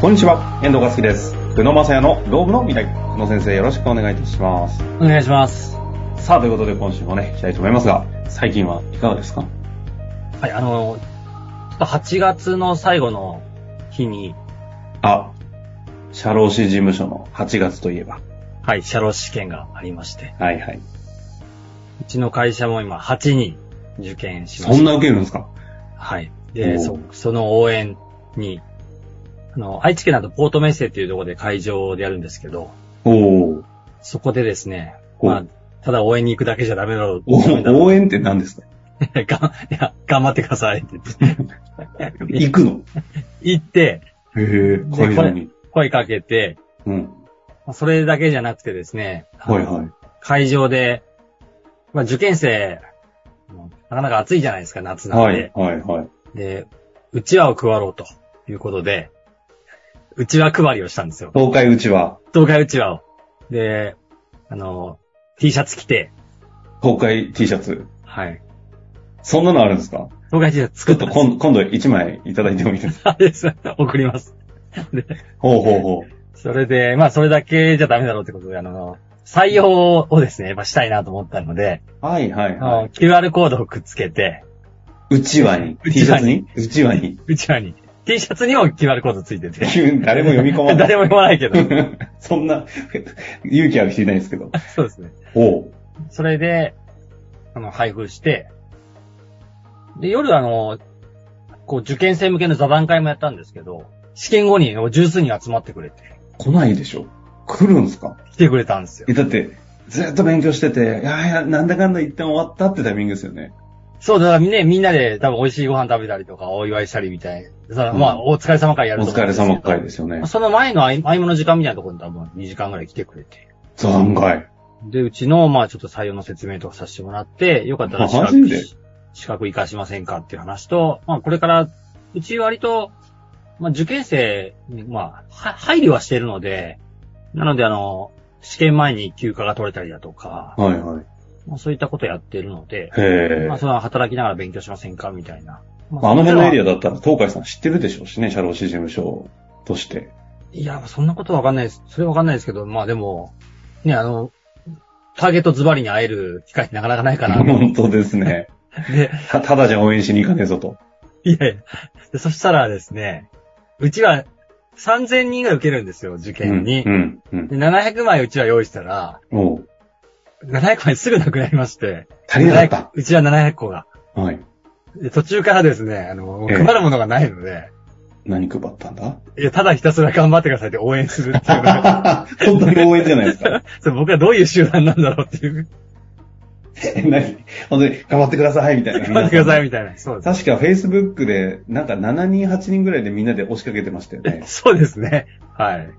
こんにちは、遠藤和樹です。久野正也の道具の未来。久野先生、よろしくお願いいたします。お願いします。さあ、ということで今週もね、したいと思いますが、最近はいかがですかはい、あの、ちょっと8月の最後の日に、あ、社労士事務所の8月といえば。はい、社労士試験がありまして、はいはい。うちの会社も今8人受験しまそした。んな受けるんですかはい。おで、うそ、その応援に、あの、愛知県だとポートメッセっていうところで会場でやるんですけど、おー。そこでですね、おうまあ、ただ応援に行くだけじゃダメだろう。おダメだろう応援って何ですかが いや頑張ってくださいって言って。行くの行って、へえ、会場に。声かけて、うん。まあそれだけじゃなくてですね、はいはい。会場で、まあ、受験生、なかなか暑いじゃないですか、夏なんはでい。はいはい。で、うちわを配ろうということで、うちわ配りをしたんですよ。東海うちは、東海うちわを。で、あの、T シャツ着て、東海 T シャツ。はい。そんなのあるんですか東海 T シャツち作ょっっとたんですよ今今度1枚いただいてもいいですかあれです。 送ります。ほうほうほう。それで、まあ、それだけじゃダメだろうってことで、あの、採用をですね、やっぱしたいなと思ったので、はいはいあのは QR コードをくっつけて、い。うちわに。T うシちャわツににうちわに。うちわに、T シャツにも QR コードついてて。誰も読み込まない。 誰も読まないけど。そんな、勇気ある人いないですけど。そうですね。おう。それで、あの、配布して、で、夜あの、こう、受験生向けの座談会もやったんですけど、試験後に十数人集まってくれて、来ないでしょ。来るんですか来てくれたんですよ。え、だって、ずっと勉強してて、いやいや、なんだかんだ一旦終わったってタイミングですよね。そう、だからね、みんなで多分美味しいご飯食べたりとか、お祝いしたりみたいな。そのうんまあ、お疲れ様会やおると思疲うんれですけど様会ですよねまあ。その前の合間合間の時間みたいなところに多分2時間ぐらい来てくれて。残骸。で、うちの、まあ、ちょっと採用の説明とかさせてもらって、よかったら資マジ格で、資格活かしませんかっていう話と、まあ、これから、うち割と、まあ、受験生に、まあ、は配慮はしているので、なので、あの、試験前に休暇が取れたりだとか、はいはい。まあ、そういったことやってるので、へえ。まあ、まその働きながら勉強しませんかみたいな。まああの辺のエリアアだったら、東海さん知ってるでしょうしね、社労士事務所として。いや、そんなことわかんないです。それわかんないですけど、まあでも、ね、あの、ターゲットズバリに会える機会なかなかない かな。本当ですね。 で、た、ただじゃ応援しに行かねえぞと。いやいや。でそしたらですね、うちは3000人が受けるんですよ、受験に。うん。うん。で700枚うちは用意したら、うんおう。 700枚すぐなくなりまして。足りなかった。うちは700個が。はい。で途中からですね、あの、もうええ配るものがないので、何配ったんだ いや、ただひたすら頑張ってくださいって応援するっていうのが本当に応援じゃないです か。そう僕はどういう集団なんだろうっていう。え何本当に頑張ってくださいみたいな。頑張ってくださいい。みたいな。そうです。確か Facebook で、なんか7人、8人ぐらいでみんなで押しかけてましたよね。そうですね。はい。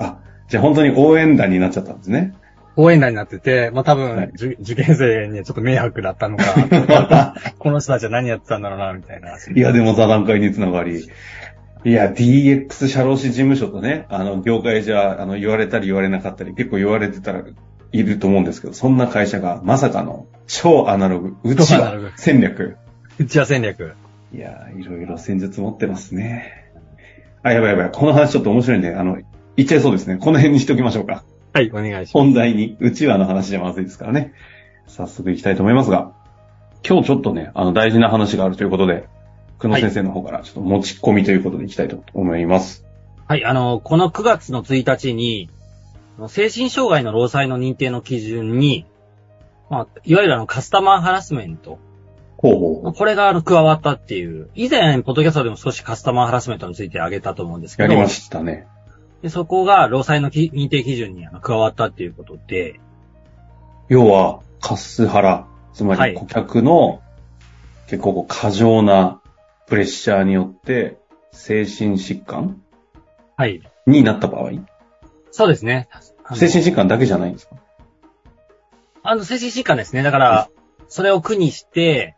あ、じゃあ本当に応援団になっちゃったんですね。応援団になってて、まあ、多はい分、じゅ受験生にはちょっと迷惑だった のか、この人たちは何やってたんだろうな、みたいな。いや、でも座談会につながり。いや、DX 社労士事務所とね、あの、業界じゃ、あの、言われたり言われなかったり、結構言われてたら、いると思うんですけど、そんな会社が、まさかの、超アナログ、うち超アナロはグ戦略。 打ち合わせ戦略。いやー、いろいろ戦術持ってますね。あ、やばいやばい。この話ちょっと面白いんで、あの、言っちゃいそうですね。この辺にしておきましょうか。はい、お願いします。本題に、うちわの話じゃまずいですからね。早速行きたいと思いますが、今日ちょっとね、あの、大事な話があるということで、久野先生の方からちょっと持ち込みということで行きたいと思います。はい、あの、この9月の1日に、あの精神障害の労災の認定の基準に、まあ、いわゆるあの、カスタマーハラスメント。ほうほう。これがあの、加わったっていう。以前、ポッドキャストでも少しカスタマーハラスメントについて挙げたと思うんですけやどり、ましたね。でそこが労災のき認定基準にあの加わったっていうことで、要は、カスハラ、つまはりい顧客の結構こう過剰なプレッシャーによって、精神疾患はい。になった場合、そうですね。あの精神疾患だけじゃないんですかあの、精神疾患ですね。だから、それを苦にして、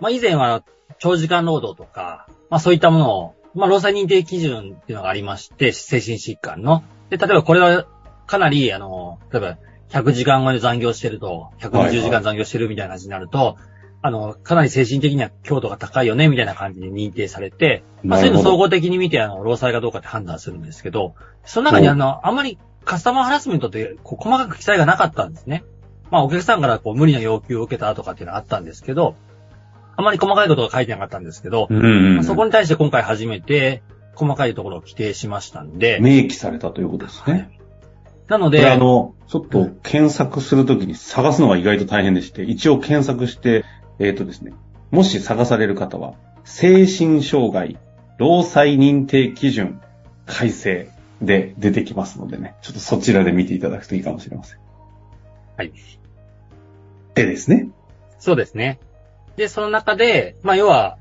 まあ、以前は長時間労働とか、まあ、そういったものを、まあ、労災認定基準っていうのがありまして、精神疾患の。で、例えばこれはかなり、あの、例えば100時間後で残業してると、はいはい120時間残業してるみたいな話になると、あの、かなり精神的には強度が高いよね、みたいな感じで認定されて、まあ、なそういるうのほど総合的に見て、あの、労災かどうかって判断するんですけど、その中にうんあの、あまりカスタマーハラスメントって、こう、細かく記載がなかったんですね。まあ、お客さんからこう、無理な要求を受けたとかっていうのはあったんですけど、あまり細かいことが書いてなかったんですけど、うんうんうまあん。そこに対して今回初めて、細かいところを規定しましたんで、明記されたということですね。なのこれあで、の、ちょっと検索するときに探すのが意外と大変でして、一応検索して、えっ、とですね、もし探される方は、精神障害、労災認定基準、改正で出てきますのでね、ちょっとそちらで見ていただくといいかもしれません。はい。でですね。そうですね。で、その中で、まあ、要は、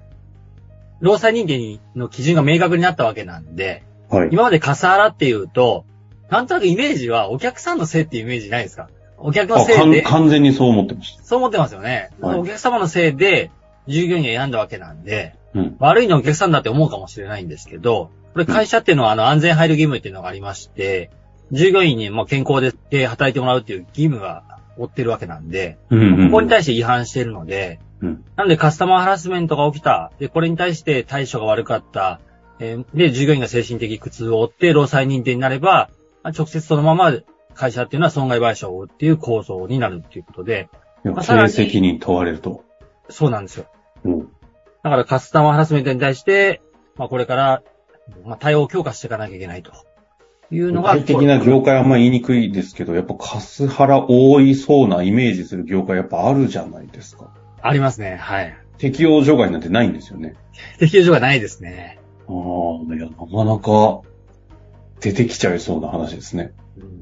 労災認定にの基準が明確になったわけなんで、はい。今までカサハラっていうと、なんとなくイメージはお客さんのせいっていうイメージないですかお客のあせかいんで、完全にそう思ってました。そう思ってますよね。はいお客様のせいで、従業員が選んだわけなんで、うん。悪いのはお客さんだって思うかもしれないんですけど、これ会社っていうのはあの安全配慮義務っていうのがありまして、従業員にも健康で働いてもらうっていう義務が負ってるわけなんで、うんうんうんここに対して違反してるので、うんなのでカスタマーハラスメントが起きた、で、これに対して対処が悪かった、えーで、従業員が精神的苦痛を負って労災認定になれば、まあ直接そのまま会社っていうのは損害賠償を負うっていう構造になるっていうことで、いやまあさ経ら営に責任問われると。そうなんですよ。うんだからカスタマーハラスメントに対して、まあこれから、まあ対応を強化していかなきゃいけないと。いうの具が。体的な業界はあんま言いにくいですけど、やっぱカスハラ多いそうなイメージする業界やっぱあるじゃないですか。ありますね。はい。適用除外なんてないんですよね。適用所がないですね。ああ、いや、なかなか出てきちゃいそうな話ですね。うん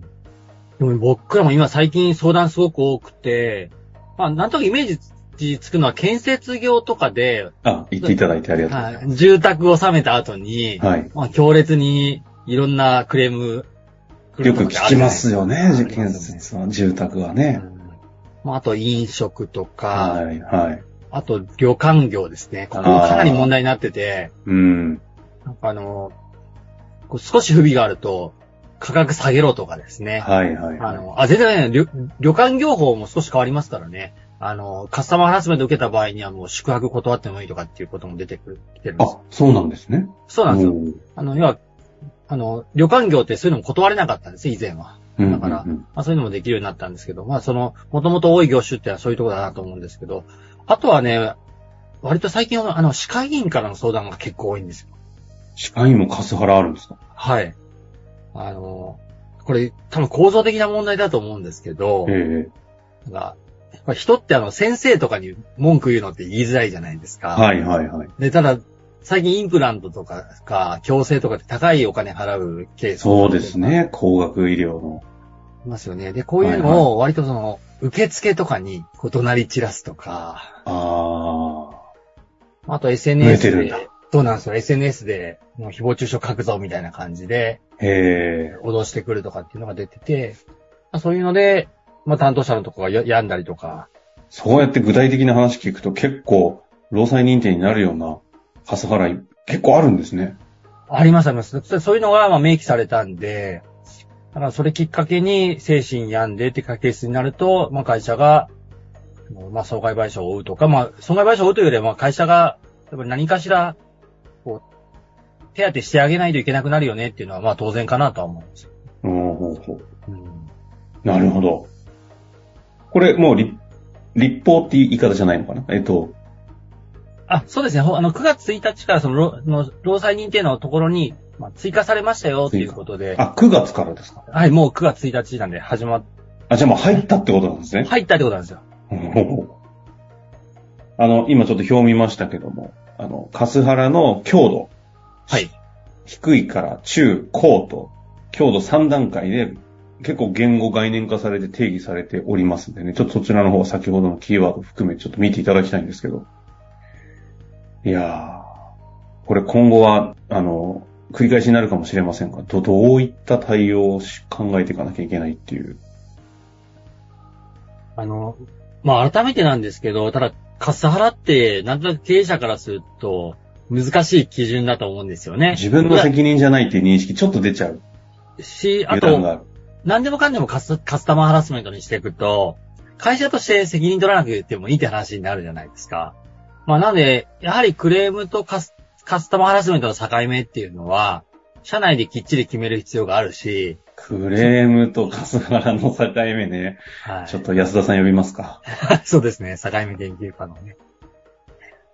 でも僕らも今最近相談すごく多くて、まあなんとなくイメージつくのは建設業とかで、あ、言っていただいてありがとうございはい住宅を収めた後に、ます。はい。まあ強烈にいろんなクレーム、よく聞きますよね、あり建ますね設の住宅はね。まああと飲食とか、はい、はい。あと、旅館業ですね。ここもかなり問題になってて、うん。なんかあの、こう少し不備があると、価格下げろとかですね。はい、はい。あの、あ、全然、旅旅館業法も少し変わりますからね。あの、カスタマーハラスメント受けた場合にはもう宿泊断ってもいいとかっていうことも出てくる、来てるんですあ。、そうなんですね。そうなんですよ。うあの、要は、あの、旅館業ってそういうのも断れなかったんです、以前は。んだからうんうんまあそういうのもできるようになったんですけど、まあその、もともと多い業種ってのはそういうところだなと思うんですけど、あとはね、割と最近はあの、歯科医院からの相談が結構多いんですよ。歯科医もカスハラあるんですかはい。あの、これ多分構造的な問題だと思うんですけどえ、え。なんかやっぱ人ってあの、先生とかに文句言うのって言いづらいじゃないですか。はい、はい、はい。で、ただ、最近インプラントとかか、矯正とかって高いお金払うケースそうです。ね。高額医療の。いますよね。で、こういうのを割とその、受付とかに、こう、怒鳴り散らすとか、ああと SNS 増えてるんで、そうなんですよ。SNS で、もう誹謗中傷書くぞみたいな感じで、あ。へえ。脅してくるとかっていうのが出てて、まあ、そういうので、まあ、担当者のとこがや病んだりとか、そうやって具体的な話聞くと結構、労災認定になるようなカスハラ結構あるんですね。ありますあります。そそういうのが、まあ、明記されたんで、だからそれきっかけに精神病んでってケースになると、まあ、会社が、まあ、損害賠償を負うとか、まあ、損害賠償を負うというよりは、まあ、会社が、やっぱり何かしら、こう、手当てしてあげないといけなくなるよねっていうのは、まあ、当然かなとは思うんですよ。うん、ほうほううんなるほど。これ、もう立、立法って言い方じゃないのかなえっと、あ、そうですね。ほあの、9月1日からその、ろの労災認定のところに、まあ、追加されましたよっていうことで、あ、9月からですかはい、もう9月1日なんで始まっ、あ、じゃあもう入ったってことなんですね。入ったってことなんですよ。ほうほう あの、今ちょっと表見ましたけども、あの、カスハラの強度、はい。低いから中、高と、強度3段階で結構言語概念化されて定義されておりますんでね、ちょっとそちらの方は先ほどのキーワード含めちょっと見ていただきたいんですけど。いやー、これ今後は、あの、繰り返しになるかもしれませんが、ど、どういった対応をし考えていかなきゃいけないっていう。あの、まあ、改めてなんですけど、ただ、カスハラって、なんとなく経営者からすると、難しい基準だと思うんですよね。自分の責任じゃないっていう認識ちょっと出ちゃう。し、あ油断がと、ある。何でもかんでもカスカスタマーハラスメントにしていくと、会社として責任取らなくてもいいって話になるじゃないですか。まあなんで、やはりクレームとカスカスタマーハラスメントの境目っていうのは、社内できっちり決める必要があるし、クレームとカスハラの境目ね。はいちょっと安田さん呼びますか。 そうですね。境目研究家のね。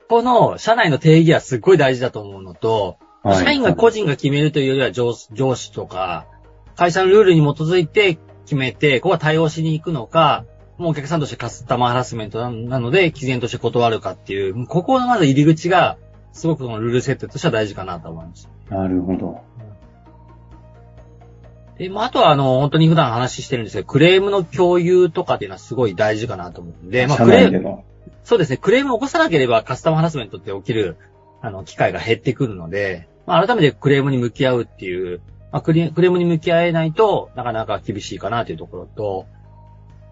この社内の定義はすっごい大事だと思うのと、はい社員が個人が決めるというよりは上上司とか、会社のルールに基づいて決めて、ここは対応しに行くのか、もうお客さんとしてカスタマーハラスメントななので、毅然として断るかっていう、ここのまず入り口が、すごくこのルール設定としては大事かなと思います。なるほど。で、まあ、あとは、あの、本当に普段話してるんですけど、クレームの共有とかっていうのはすごい大事かなと思うんで、まあ、社クレー内で、ムの。そうですね、クレームを起こさなければカスタマーハラスメントって起きる、あの、機会が減ってくるので、まあ、改めてクレームに向き合うっていう、まあクレ、クレームに向き合えないとなかなか厳しいかなというところと、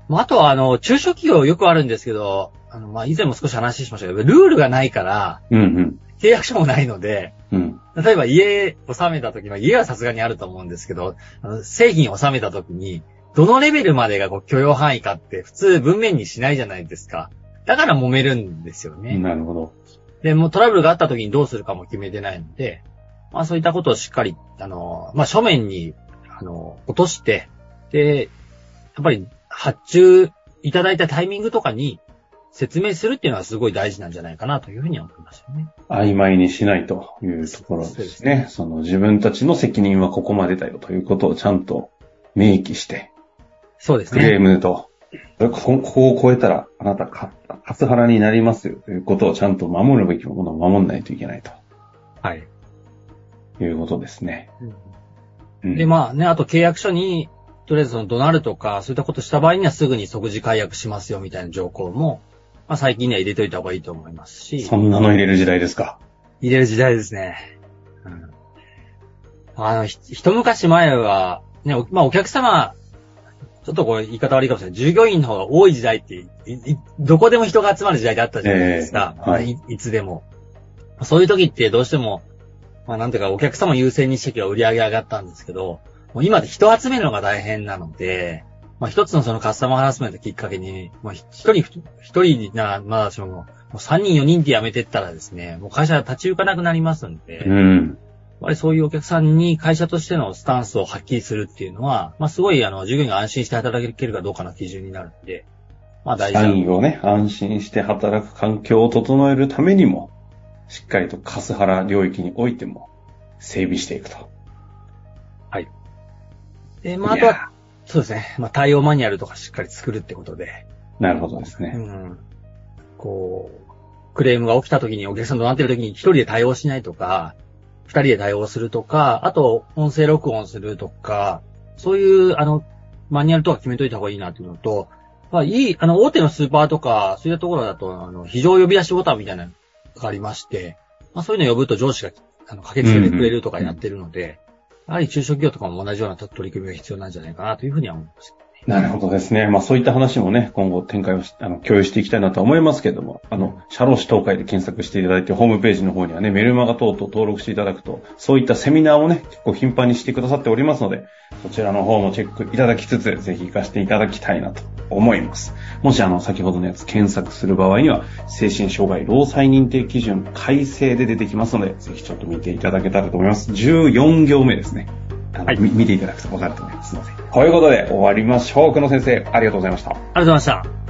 まあ、あとは、あの、中小企業よくあるんですけど、あの、まあ、以前も少し話しましたけど、ルールがないから、うんうん。契約書もないので、うん。例えば家を収めた時の、家はさすがにあると思うんですけど、あの製品を収めた時に、どのレベルまでがこう許容範囲かって普通文面にしないじゃないですか。だから揉めるんですよね。なるほど。で、もうトラブルがあった時にどうするかも決めてないので、まあそういったことをしっかり、あの、まあ書面に、あの、落として、で、やっぱり発注いただいたタイミングとかに説明するっていうのはすごい大事なんじゃないかなというふうには思いますよね。曖昧にしないというところそうでですすね。その自分たちの責任はここまでだよということをちゃんと明記して、そうですクね。レームと、ここここを超えたらあなたカカスハラになりますよということをちゃんと守るべきものを守らないといけないはい。ということですね。うんで、まあね、あと契約書に、とりあえずその怒鳴るとか、そういったことした場合にはすぐに即時解約しますよみたいな条項も、まあ最近には入れといた方がいいと思いますし、そんなの入れる時代ですか。入れる時代ですね。うん、あの、ひ一昔前は、ね、おまあお客様、ちょっとこれ言い方悪いかもしれない。従業員の方が多い時代って、いいどこでも人が集まる時代だったじゃないですか。ええはいい。いつでも。そういう時ってどうしても、まあなんていうかお客様優先にしては売り上げ上がったんですけど、もう今って人集めるのが大変なので、まあ一つのそのカスタマーハラスメントきっかけに、もうひ一人、一人な、まあその、もう三人四人って辞めてったらですね、もう会社立ち行かなくなりますんで、うやっん。ぱりそういうお客さんに会社としてのスタンスをはっきりするっていうのは、まあすごいあの、従業員が安心して働けるかどうかの基準になるんで、まあ大社事員をね、安心して働く環境を整えるためにも、しっかりとカスハラ領域においても整備していくと。で、まああいとやは、そうですね、まあ対応マニュアルとかしっかり作るってことで、ーなるほどですね。うんこう、クレームが起きた時にお客さんとなってる時に一人で対応しないとか、二人で対応するとか、あと音声録音するとか、そういう、あの、マニュアルとか決めといた方がいいなっていうのと、まあいい、あの、大手のスーパーとか、そういったところだと、あの、非常呼び出しボタンみたいなのがありまして、まあそういうのを呼ぶと上司が、あの、駆けつけてくれるとかやってるので、やはり中小企業とかも同じような取り組みが必要なんじゃないかなというふうには思います。なるほどですね。まあそういった話もね、今後展開をしあの共有していきたいなと思いますけども、あの、社労士東海で検索していただいて、ホームページの方にはね、メルマガ等々登録していただくと、そういったセミナーをね、結構頻繁にしてくださっておりますので、そちらの方もチェックいただきつつ、ぜひ活かしていただきたいなと思います。もしあの、先ほどのやつ検索する場合には、精神障害労災認定基準改正で出てきますので、ぜひちょっと見ていただけたらと思います。14行目ですね。あのはいみ見ていただくと分かると思いますので。ということで、終わりましょう。久野先生、ありがとうございました。ありがとうございました。